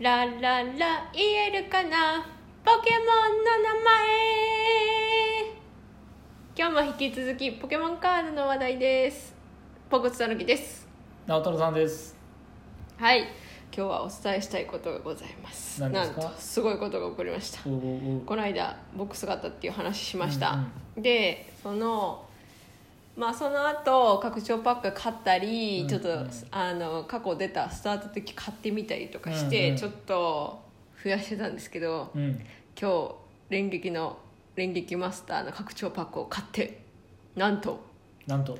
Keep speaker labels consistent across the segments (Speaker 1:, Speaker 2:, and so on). Speaker 1: ラララ言えるかなポケモンの名前今日も引き続きポケモンカードの話題ですポコツたぬきです
Speaker 2: 直太朗さんです
Speaker 1: はい今日はお伝えしたいことがございます
Speaker 2: 何ですか
Speaker 1: なんとすごいことが起こりました
Speaker 2: おうおうおう
Speaker 1: この間ボックスがあったっていう話しました、
Speaker 2: うん
Speaker 1: でそのまあその後拡張パック買ったり、
Speaker 2: うん
Speaker 1: ちょっと
Speaker 2: うん
Speaker 1: あの過去出たスタート的買ってみたりとかして、
Speaker 2: うんうん
Speaker 1: ちょっと増やしてたんですけど
Speaker 2: うん
Speaker 1: 今日連撃の連撃マスターの拡張パックを買ってなんと
Speaker 2: なんと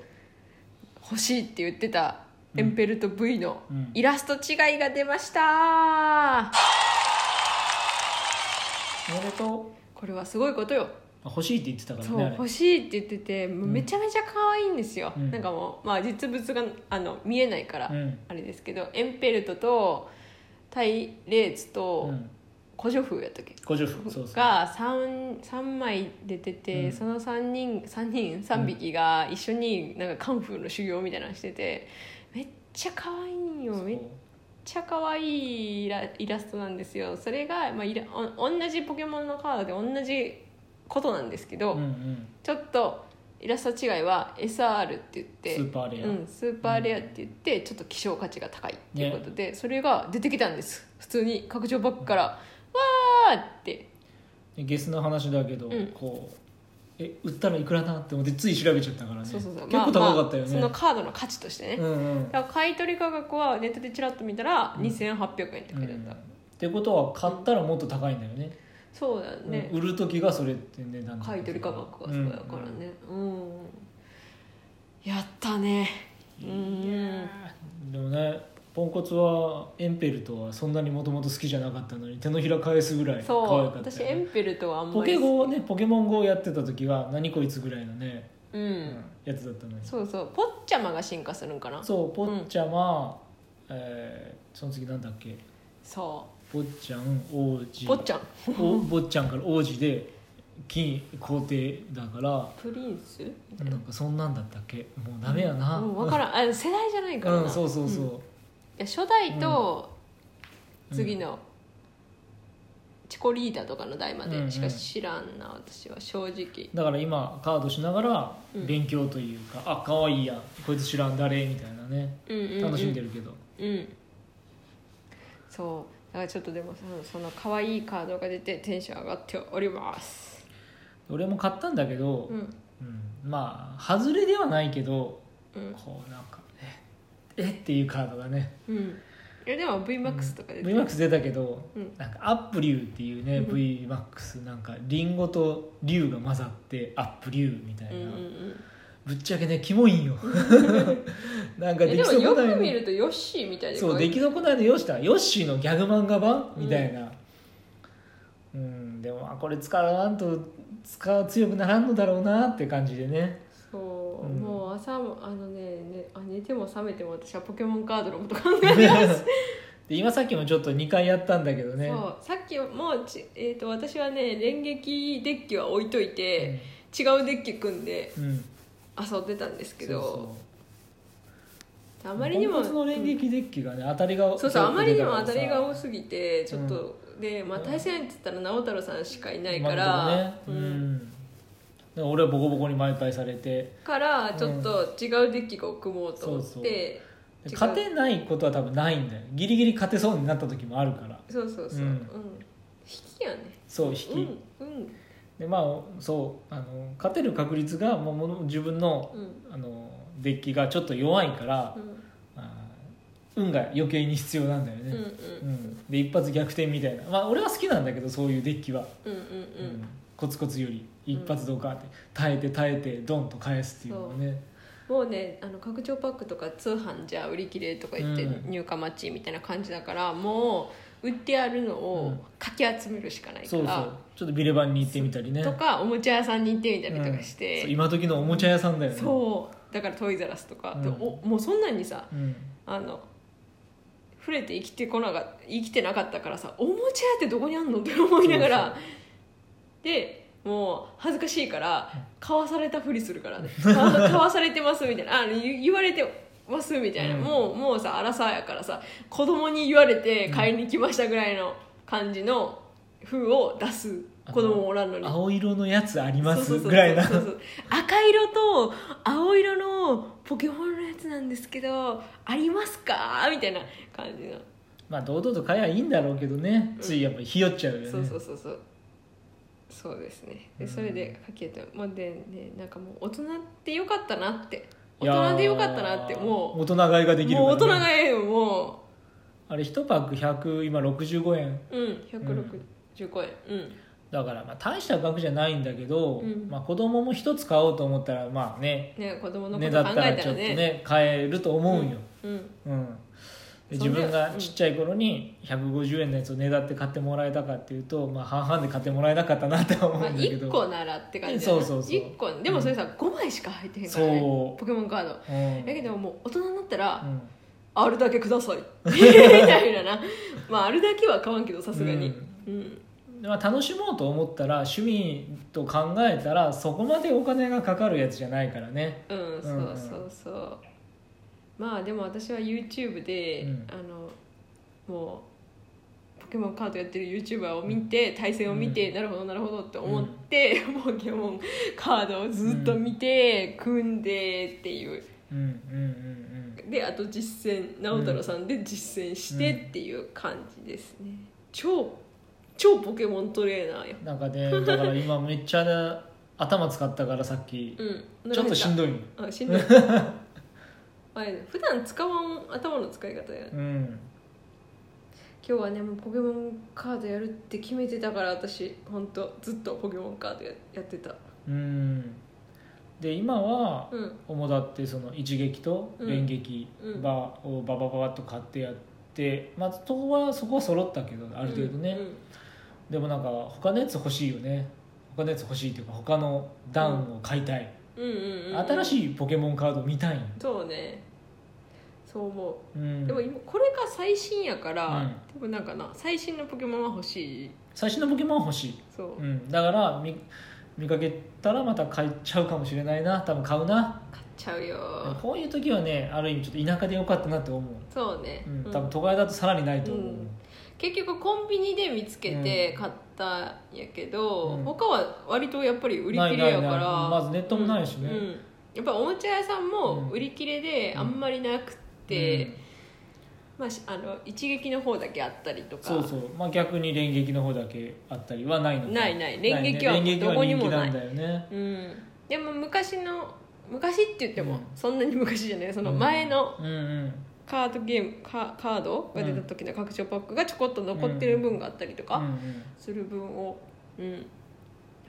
Speaker 1: 欲しいって言ってたエンペルト V の
Speaker 2: うん
Speaker 1: イラスト違いが出ました
Speaker 2: おめでと
Speaker 1: これはすごいことよ
Speaker 2: うあ欲しいって言ってたから
Speaker 1: そ
Speaker 2: ね
Speaker 1: う
Speaker 2: あれ
Speaker 1: 欲しいって言っててもうめちゃめちゃ可愛いんですよ、
Speaker 2: うん
Speaker 1: なんかもう、まあ、実物があの見えないから、
Speaker 2: うん
Speaker 1: あれですけどエンペルトとタイレーツと
Speaker 2: うん
Speaker 1: 古女風やったっけ、
Speaker 2: ご助父そうそう
Speaker 1: が 3, 三枚出てて、
Speaker 2: うん
Speaker 1: その3人三人3匹が一緒になんかカンフーの修行みたいなのしててめっちゃ可愛いんよ
Speaker 2: そう
Speaker 1: めっめっちゃ可愛いイライラストなんですよそれが、まあ、イラお同じポケモンのカードで同じことなんですけど、
Speaker 2: うんうん
Speaker 1: ちょっとイラスト違いは SR って言っ
Speaker 2: ス
Speaker 1: て
Speaker 2: ーパーレア
Speaker 1: うん、スーパーレアって言ってちょっと希少価値が高いっていうことで、それが出てきたんです普通に拡張バッグから、わーって
Speaker 2: でゲスの話だけ
Speaker 1: う
Speaker 2: ど
Speaker 1: ん
Speaker 2: こうえ売ったのいくらだって思ってつい調べちゃったからね
Speaker 1: そうそうそう
Speaker 2: 結構高かったよね
Speaker 1: まあまあそのカードの価値としてね、
Speaker 2: うんうん
Speaker 1: だから買い取り価格はネットでちらっと見たら2800円って書いてあ
Speaker 2: う
Speaker 1: っ
Speaker 2: ん
Speaker 1: た、
Speaker 2: ってことは買ったらもっと高いんだよね
Speaker 1: そうだね、
Speaker 2: うん売る時がそれって値段
Speaker 1: 買い取り価格がそうやからねうん、やったねうん
Speaker 2: うんでもねポンコツはエンペルとはそんなにもともと好きじゃなかったのに手のひら返すぐらい
Speaker 1: そ
Speaker 2: 可
Speaker 1: う
Speaker 2: 愛かったよね
Speaker 1: 私エンペルとはあん
Speaker 2: ポ
Speaker 1: まり
Speaker 2: ケゴねポケモン GO やってた時は何こいつぐらいのね、
Speaker 1: うん、
Speaker 2: やつだったのに
Speaker 1: そうそうポッチャマが進化するんかなそう
Speaker 2: そうポッチャマ、えーその次なんだっけ坊ちゃん王子
Speaker 1: ポッチャン
Speaker 2: お坊ちゃんから王子で金皇帝だから
Speaker 1: プリンスみたい
Speaker 2: なんかそんなんだったっけもうダメやな、
Speaker 1: な、うん、分からんあ世代じゃないからな、
Speaker 2: うんそうそうそう、
Speaker 1: んいや初代と
Speaker 2: うん
Speaker 1: 次の、チコリーダとかの代までし
Speaker 2: う
Speaker 1: か
Speaker 2: んうん
Speaker 1: 知らんな、私は正直
Speaker 2: だから今カードしながら
Speaker 1: うん
Speaker 2: 勉強というか、あ可愛いやんこいつ知らん誰みたいなね
Speaker 1: うんうん、うん、
Speaker 2: 楽しんでるけど、
Speaker 1: うんそうだからちょっとでもそのその可愛いカードが出てテンション上がっております
Speaker 2: 俺も買ったんだけど、
Speaker 1: うん
Speaker 2: うんまあ外れではないけど
Speaker 1: うん
Speaker 2: こうなんかええっていうカードがね
Speaker 1: うんいやでも VMAX とか出てる
Speaker 2: VMAX 出たけど、
Speaker 1: うん
Speaker 2: なんかアップリューっていうね
Speaker 1: うん
Speaker 2: VMAX なんかリンゴと竜が混ざってアップリューみたいな、
Speaker 1: うんうんうん
Speaker 2: ぶっちゃけねキモいんよ なんか
Speaker 1: え
Speaker 2: で
Speaker 1: で
Speaker 2: き
Speaker 1: も
Speaker 2: 損
Speaker 1: よ
Speaker 2: な
Speaker 1: く見
Speaker 2: いの
Speaker 1: るとヨッシーみたいで
Speaker 2: そう
Speaker 1: 可愛
Speaker 2: 出
Speaker 1: い
Speaker 2: 来損ないのヨッシーだヨッシーのギャグ漫画版
Speaker 1: うん
Speaker 2: みたいなうん、でもまあこれ使わんと使う強くならんのだろうなって感じで ね
Speaker 1: そう、
Speaker 2: うん
Speaker 1: もう朝もあのねねあ寝ても覚めても私はポケモンカードのこと考えてます
Speaker 2: で今さっきもちょっと2回やったんだけどね
Speaker 1: そうさっきもうち、えー、と私はね連撃デッキは置いといて、違うデッキ組んで
Speaker 2: うん、うん
Speaker 1: 遊んでたんですけど
Speaker 2: そうそう
Speaker 1: あまりにも
Speaker 2: ポンコツの連撃デッキがね、当たりが
Speaker 1: そうそうあまりにも
Speaker 2: 多
Speaker 1: 当
Speaker 2: く
Speaker 1: た
Speaker 2: て
Speaker 1: り
Speaker 2: だから
Speaker 1: が
Speaker 2: さ
Speaker 1: 多すぎてちょっと、で、まあ、
Speaker 2: うん
Speaker 1: 対戦相手って言ったら直太朗さんしかいないから、
Speaker 2: 今のとこ
Speaker 1: う
Speaker 2: ねうん
Speaker 1: ん、
Speaker 2: だから俺はボコボコに毎回されて
Speaker 1: からちょっと違うデッキを組もうと思って
Speaker 2: で
Speaker 1: 違う
Speaker 2: 勝てないことは多分ないんだよギリギリ勝てそうになった時もあるから
Speaker 1: そうそうそう、う
Speaker 2: うんん
Speaker 1: 引きやね
Speaker 2: そう引き、
Speaker 1: うんうん
Speaker 2: でまあそうあの勝てる確率がもうもの自分の
Speaker 1: うん
Speaker 2: あのデッキがちょっと弱いから、あー運が余計に必要なんだよ
Speaker 1: うんうんうん
Speaker 2: ね、うんで一発逆転みたいなまあ俺は好きなんだけどそういうデッキは
Speaker 1: うんうんう
Speaker 2: うん
Speaker 1: ん
Speaker 2: コツコツより一発どうかって、耐えて耐えてドンと返すっていうのがね
Speaker 1: もうねあの拡張パックとか通販じゃ売り切れとか言って
Speaker 2: うん
Speaker 1: 入荷待ちみたいな感じだから、もう売ってあるの
Speaker 2: う
Speaker 1: を
Speaker 2: ん
Speaker 1: かき集めるしかないか
Speaker 2: そうそう
Speaker 1: ら、
Speaker 2: ちょっとビレバンに行ってみたりね
Speaker 1: とかおもちゃ屋さんに行ってみた
Speaker 2: うん
Speaker 1: りとかして、
Speaker 2: そう今時のおもちゃ屋さんだよね
Speaker 1: そうだからトイザラスとか、
Speaker 2: うん
Speaker 1: でおもうそんなんにさ
Speaker 2: うん、
Speaker 1: あの触れて生きてこなか生きてなかったからさおもちゃ屋ってどこにあんのって思いながら
Speaker 2: そう
Speaker 1: でもう恥ずかし いから買わされたふりするからね買わ買わされてますみたいなあ言言われてますみたいな、
Speaker 2: うん
Speaker 1: もうもうさ荒さやからさ子供に言われて買いに来ましたぐらいの感じの風を出す子供もおらんのに
Speaker 2: 青色のやつあり
Speaker 1: そう
Speaker 2: ま
Speaker 1: そうそう
Speaker 2: す
Speaker 1: そう
Speaker 2: ぐらいな
Speaker 1: そうそう赤色と青色のポケモンのやつなんですけどありますかみたいな感じの、
Speaker 2: まあ堂々と買えばいいんだろうけどね
Speaker 1: ん
Speaker 2: ついやっぱひよっちゃうよね
Speaker 1: そうそうそうそうそうですねでそれで書けたもうでねなんかもう大人ってよかったなって
Speaker 2: い
Speaker 1: 大
Speaker 2: やー
Speaker 1: 人でよかったなっても
Speaker 2: 大人買いが
Speaker 1: う
Speaker 2: できるか
Speaker 1: もう大
Speaker 2: らね
Speaker 1: 人がええよも
Speaker 2: あれ1パック100今65円
Speaker 1: ううん165円うん
Speaker 2: だからまあ大した額じゃないんだけど、
Speaker 1: うん
Speaker 2: まあ、子供も1つ買おうと思ったらまあね
Speaker 1: ね子供のこ
Speaker 2: ね
Speaker 1: と
Speaker 2: だ
Speaker 1: 考
Speaker 2: っ
Speaker 1: え
Speaker 2: た
Speaker 1: たら
Speaker 2: ら
Speaker 1: ね
Speaker 2: ちょっとね買えると思うよ、
Speaker 1: うん
Speaker 2: うんで
Speaker 1: そ
Speaker 2: 自
Speaker 1: んで
Speaker 2: 分がちっちゃい頃に150円のやつをねだって買ってもらえたかっていうと、まあ、半々で買ってもらえなかったなとは思
Speaker 1: まあ、
Speaker 2: うんだけど、
Speaker 1: 1個ならって感じだな
Speaker 2: そうそうそう
Speaker 1: 1個でもそれさ、5枚しか入ってへんからね
Speaker 2: そう
Speaker 1: ポケモンカードだ
Speaker 2: うん
Speaker 1: けどもう大人になったら、
Speaker 2: うん
Speaker 1: あるだけく ださいみたいななまああるだけは買わんけどさすがにうん、
Speaker 2: まあ、楽しもうと思ったら趣味と考えたらそこまでお金がかかるやつじゃないからね
Speaker 1: うん
Speaker 2: ん
Speaker 1: そうそうそうまあでも私は YouTube で、
Speaker 2: うん
Speaker 1: あのもうポケモンカードやってる YouTuber を見て対戦を見て、なるほどなるほどって思って、ポケモンカードをずっと見て、組んでっていう
Speaker 2: うんうんうん
Speaker 1: であと実践直太朗さんで実践してっていう感じですね、超超ポケモントレーナーや
Speaker 2: うんなんかねだから今めっちゃ頭使ったからさっき、
Speaker 1: うん
Speaker 2: ちょっとしん
Speaker 1: どい
Speaker 2: どいの
Speaker 1: あしんどい あれ普段使わん頭の使い方や
Speaker 2: うん
Speaker 1: 今日はねもうポケモンカードやるって決めてたから私本当ずっとポケモンカードややってた
Speaker 2: うんで今は
Speaker 1: うん
Speaker 2: 主だってその一撃と連撃
Speaker 1: うん
Speaker 2: ばをババババッと買ってやってまあそこはそこは揃ったけどある程度ね、
Speaker 1: うん
Speaker 2: でもなんか他のやつ欲しいよね他のやつ欲しいっていうか他のダウンを買いたい、
Speaker 1: うんうんうん、うん、
Speaker 2: 新
Speaker 1: い
Speaker 2: しいポケモンカード見たいんよ、
Speaker 1: そうねそう思う
Speaker 2: うん、
Speaker 1: でも今これが最新やから、
Speaker 2: うん
Speaker 1: でもなんかな最新のポケモンは欲しい
Speaker 2: 最新のポケモン欲しい、
Speaker 1: そう、
Speaker 2: うん、だから見見かけたらまた買っちゃうかもしれないな多分買うな
Speaker 1: 買っちゃうよ
Speaker 2: こういう時はねある意味ちょっと田舎でよかったなって思う、
Speaker 1: そうね、
Speaker 2: うん
Speaker 1: う、ん
Speaker 2: 多分都会だとさらにないと思う、
Speaker 1: うん結局コンビニで見つけて
Speaker 2: うん
Speaker 1: 買ったんやけど、
Speaker 2: うん
Speaker 1: 他は割とやっぱり売り切れやから
Speaker 2: ないないないまずネットもないしね
Speaker 1: うんうんやっぱおもちゃ屋さんも売り切れで
Speaker 2: うん
Speaker 1: あんまりなくて、まあし、あの一撃の方だけあったりとか
Speaker 2: そうそう、まあ、逆に連撃の方だけあったりはないのか
Speaker 1: ないない連撃は
Speaker 2: ないね連撃は
Speaker 1: どこに
Speaker 2: 人
Speaker 1: も
Speaker 2: 気
Speaker 1: な
Speaker 2: ないんだよね
Speaker 1: うん、でも昔の昔って言っても
Speaker 2: うん
Speaker 1: そんなに昔じゃないその前の
Speaker 2: うんうん
Speaker 1: カードゲームカカードが出た時の拡張パックがちょこっと残ってる分があったりとか、
Speaker 2: うんうん
Speaker 1: する分をうん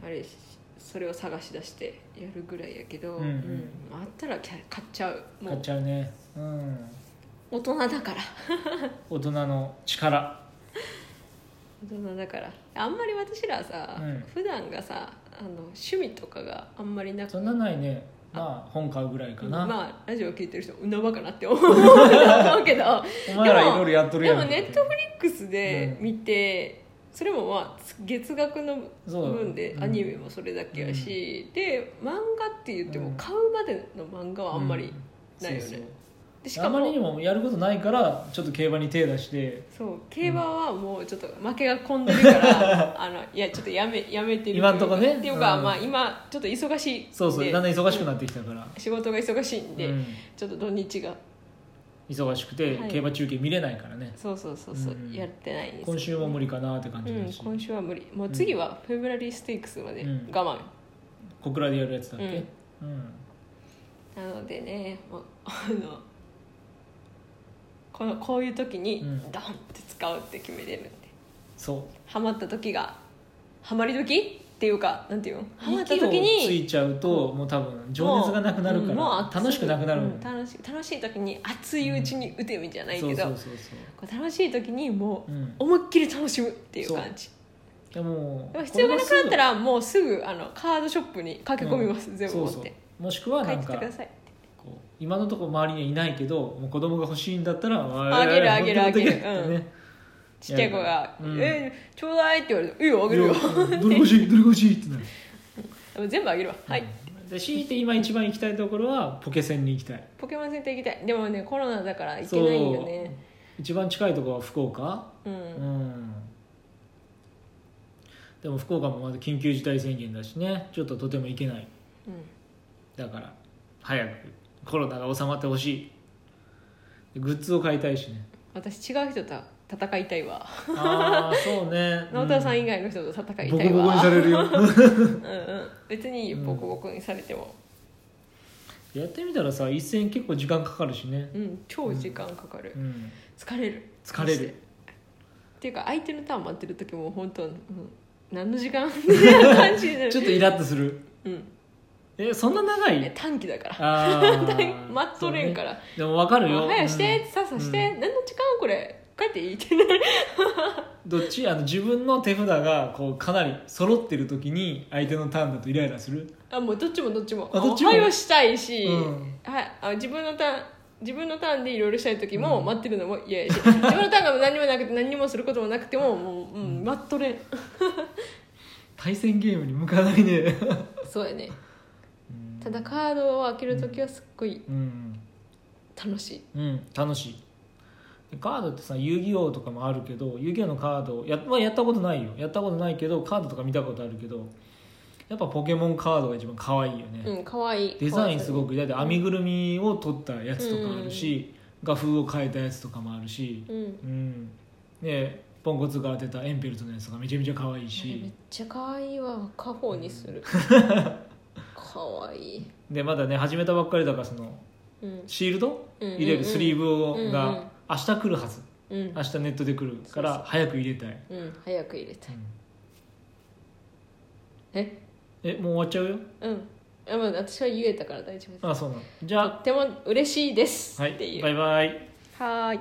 Speaker 1: あれしそれを探し出してやるぐらいやけど、
Speaker 2: うんうん
Speaker 1: あったらきゃ買っちゃうも
Speaker 2: 買っ
Speaker 1: う
Speaker 2: ちゃうねうん
Speaker 1: 大人だから
Speaker 2: 大人の力
Speaker 1: 大人だからあんまり私らさ、
Speaker 2: うん
Speaker 1: 普段がさあの趣味とかがあんまりなく
Speaker 2: そんなないねまあ本買うぐらいかな、
Speaker 1: まあラジオ聞いてる人うなばかなって 思う思うけど
Speaker 2: お前らいろいろやっとる
Speaker 1: で
Speaker 2: やん
Speaker 1: も
Speaker 2: って
Speaker 1: ネットフリックスで見て、それもまあ月額の
Speaker 2: そう
Speaker 1: 分で
Speaker 2: うん
Speaker 1: アニメもそれだけやし、で漫画って言っても
Speaker 2: うん
Speaker 1: 買うまでの漫画はあんまり、ないよね
Speaker 2: そうそう
Speaker 1: でし
Speaker 2: あ
Speaker 1: か
Speaker 2: まり
Speaker 1: も
Speaker 2: にもやることないからちょっと競馬に手出して
Speaker 1: そう競馬はもうちょっと負けが込んでるからあのいやちょっとやめやめてる
Speaker 2: 今んとこね
Speaker 1: っていうか、
Speaker 2: うん
Speaker 1: まあ、今ちょっと忙しいんで
Speaker 2: そうそうだんだん忙しくなってきたから、
Speaker 1: 仕事が忙しいんで、
Speaker 2: うん
Speaker 1: ちょっと土日が
Speaker 2: 忙しくて
Speaker 1: はい
Speaker 2: 競馬中継見れないからね、
Speaker 1: そうそうそうそう、
Speaker 2: うん
Speaker 1: やってないんです
Speaker 2: 今週も無理かなって感
Speaker 1: う
Speaker 2: じ
Speaker 1: ん
Speaker 2: だし、
Speaker 1: 今週は無理もう次はフェブラリーステークスまで
Speaker 2: うん
Speaker 1: 我慢、
Speaker 2: 小倉でやるやつだっけ、うん
Speaker 1: なのでねもうあのこのこういう時に
Speaker 2: うん
Speaker 1: ドンって使うって決めてるんで、
Speaker 2: そう
Speaker 1: ハマった時がハマり時っていうかなんていうのハマった
Speaker 2: 息をつ
Speaker 1: 時に
Speaker 2: いちゃうともう多分情熱がなくなる
Speaker 1: もうう
Speaker 2: か
Speaker 1: んも
Speaker 2: ら
Speaker 1: う
Speaker 2: 楽しくなくなるもん
Speaker 1: うん楽しい楽しい時に熱いうちに打てみじゃない
Speaker 2: そ
Speaker 1: け
Speaker 2: う
Speaker 1: ど、
Speaker 2: そうそうそ
Speaker 1: こう楽しい時にも
Speaker 2: う、うん
Speaker 1: う、思いっきり楽しむっていう感じ
Speaker 2: でも
Speaker 1: でも必要がなくなった
Speaker 2: ら
Speaker 1: らもうすぐあのカードショップに駆け込みます、全部
Speaker 2: そ
Speaker 1: 持
Speaker 2: う
Speaker 1: って
Speaker 2: そうもしくは
Speaker 1: 帰
Speaker 2: な
Speaker 1: って
Speaker 2: ん
Speaker 1: きて
Speaker 2: か
Speaker 1: くださいって
Speaker 2: こう今のところ周りにはいないけどもう子供が欲しいんだったら
Speaker 1: あげるあげるあげる
Speaker 2: 持ってってね
Speaker 1: ちっちゃい子が「
Speaker 2: うん
Speaker 1: えちょうだい」って言われて「いいよあげるよ
Speaker 2: いやどれ欲しいどれ欲しいってなる」
Speaker 1: でも全部あげるわ「はい」
Speaker 2: で強いて今一番行きたいところはポケセンに行きたい
Speaker 1: ポケモンセンター行きたいでもねコロナだから行けないんだよね
Speaker 2: 一番近いところは福岡
Speaker 1: う
Speaker 2: うんんでも福岡もまだ緊急事態宣言だしねちょっととても行けない
Speaker 1: うん
Speaker 2: だから早くコロナが収まってほしいでグッズを買いたいしね
Speaker 1: 私違う人と戦いたいわ
Speaker 2: ああそ うね
Speaker 1: 直太さん以
Speaker 2: 外
Speaker 1: 外の人と戦いたい
Speaker 2: ボ
Speaker 1: わ
Speaker 2: コボコにされるよ
Speaker 1: うんうん別にいいよ
Speaker 2: うん
Speaker 1: ボコボコにされても
Speaker 2: やってみたらさ一戦結構時間かかるしね
Speaker 1: うん超時間かかる
Speaker 2: うん
Speaker 1: 疲れる
Speaker 2: 疲れる
Speaker 1: っていうか相手のターン待ってる時も本当、 うん、何の時間みたいな感じになる
Speaker 2: ちょっとイラッとする
Speaker 1: うん、
Speaker 2: えそんな長
Speaker 1: え
Speaker 2: い
Speaker 1: 短期だから
Speaker 2: あ ー
Speaker 1: 待っとれんから、
Speaker 2: そうねでも分かる
Speaker 1: も
Speaker 2: よ
Speaker 1: う早うして、さっさして、何の時間これ帰っていいってなる
Speaker 2: うんどっちあの自分の手札がこうかなり揃ってる時に相手のターンだとイライラする
Speaker 1: あもうどっちもどっちも
Speaker 2: あどっちも
Speaker 1: う早うしたいし、
Speaker 2: うん
Speaker 1: はい、あ自分のターン自分のターンでいろいろしたい時も
Speaker 2: うん
Speaker 1: 待ってるのも嫌やし、自分のターンが何もなくて何もすることもなくてももう、うん、待っとれん
Speaker 2: 対戦ゲームに向かないね
Speaker 1: そうやねただカードを開ける時はすっごい
Speaker 2: うん
Speaker 1: 楽しい
Speaker 2: うん楽しいでカードってさ遊戯王とかもあるけど遊戯王のカードや,、まあ、やったことないよやったことないけどカードとか見たことあるけどやっぱポケモンカードが一番可愛いよね、
Speaker 1: うん可愛い
Speaker 2: デザインすご
Speaker 1: く
Speaker 2: くだって編みぐるみを取ったやつとかあるし、画風を変えたやつとかもあるし、
Speaker 1: うん
Speaker 2: うん、でポンコツが当てたエンペルトのやつがめちゃめちゃ可愛い
Speaker 1: あれめっ
Speaker 2: し
Speaker 1: ちゃ可愛いわカホにす る可愛い
Speaker 2: でまだね始めたばっかりだからその
Speaker 1: うん
Speaker 2: シールド
Speaker 1: うんうんうん
Speaker 2: 入れるスリーブを
Speaker 1: うんうん
Speaker 2: が明日来るはず
Speaker 1: うん
Speaker 2: 明日ネットで来るから早く入れたい、
Speaker 1: うん早く入れたい
Speaker 2: うん
Speaker 1: え
Speaker 2: えもう終わっちゃうよ
Speaker 1: うんあまあ私は言えたから大丈夫です
Speaker 2: あそうなのじゃ
Speaker 1: とっても嬉しいです
Speaker 2: あは
Speaker 1: ってい
Speaker 2: いうバイバイ
Speaker 1: はーい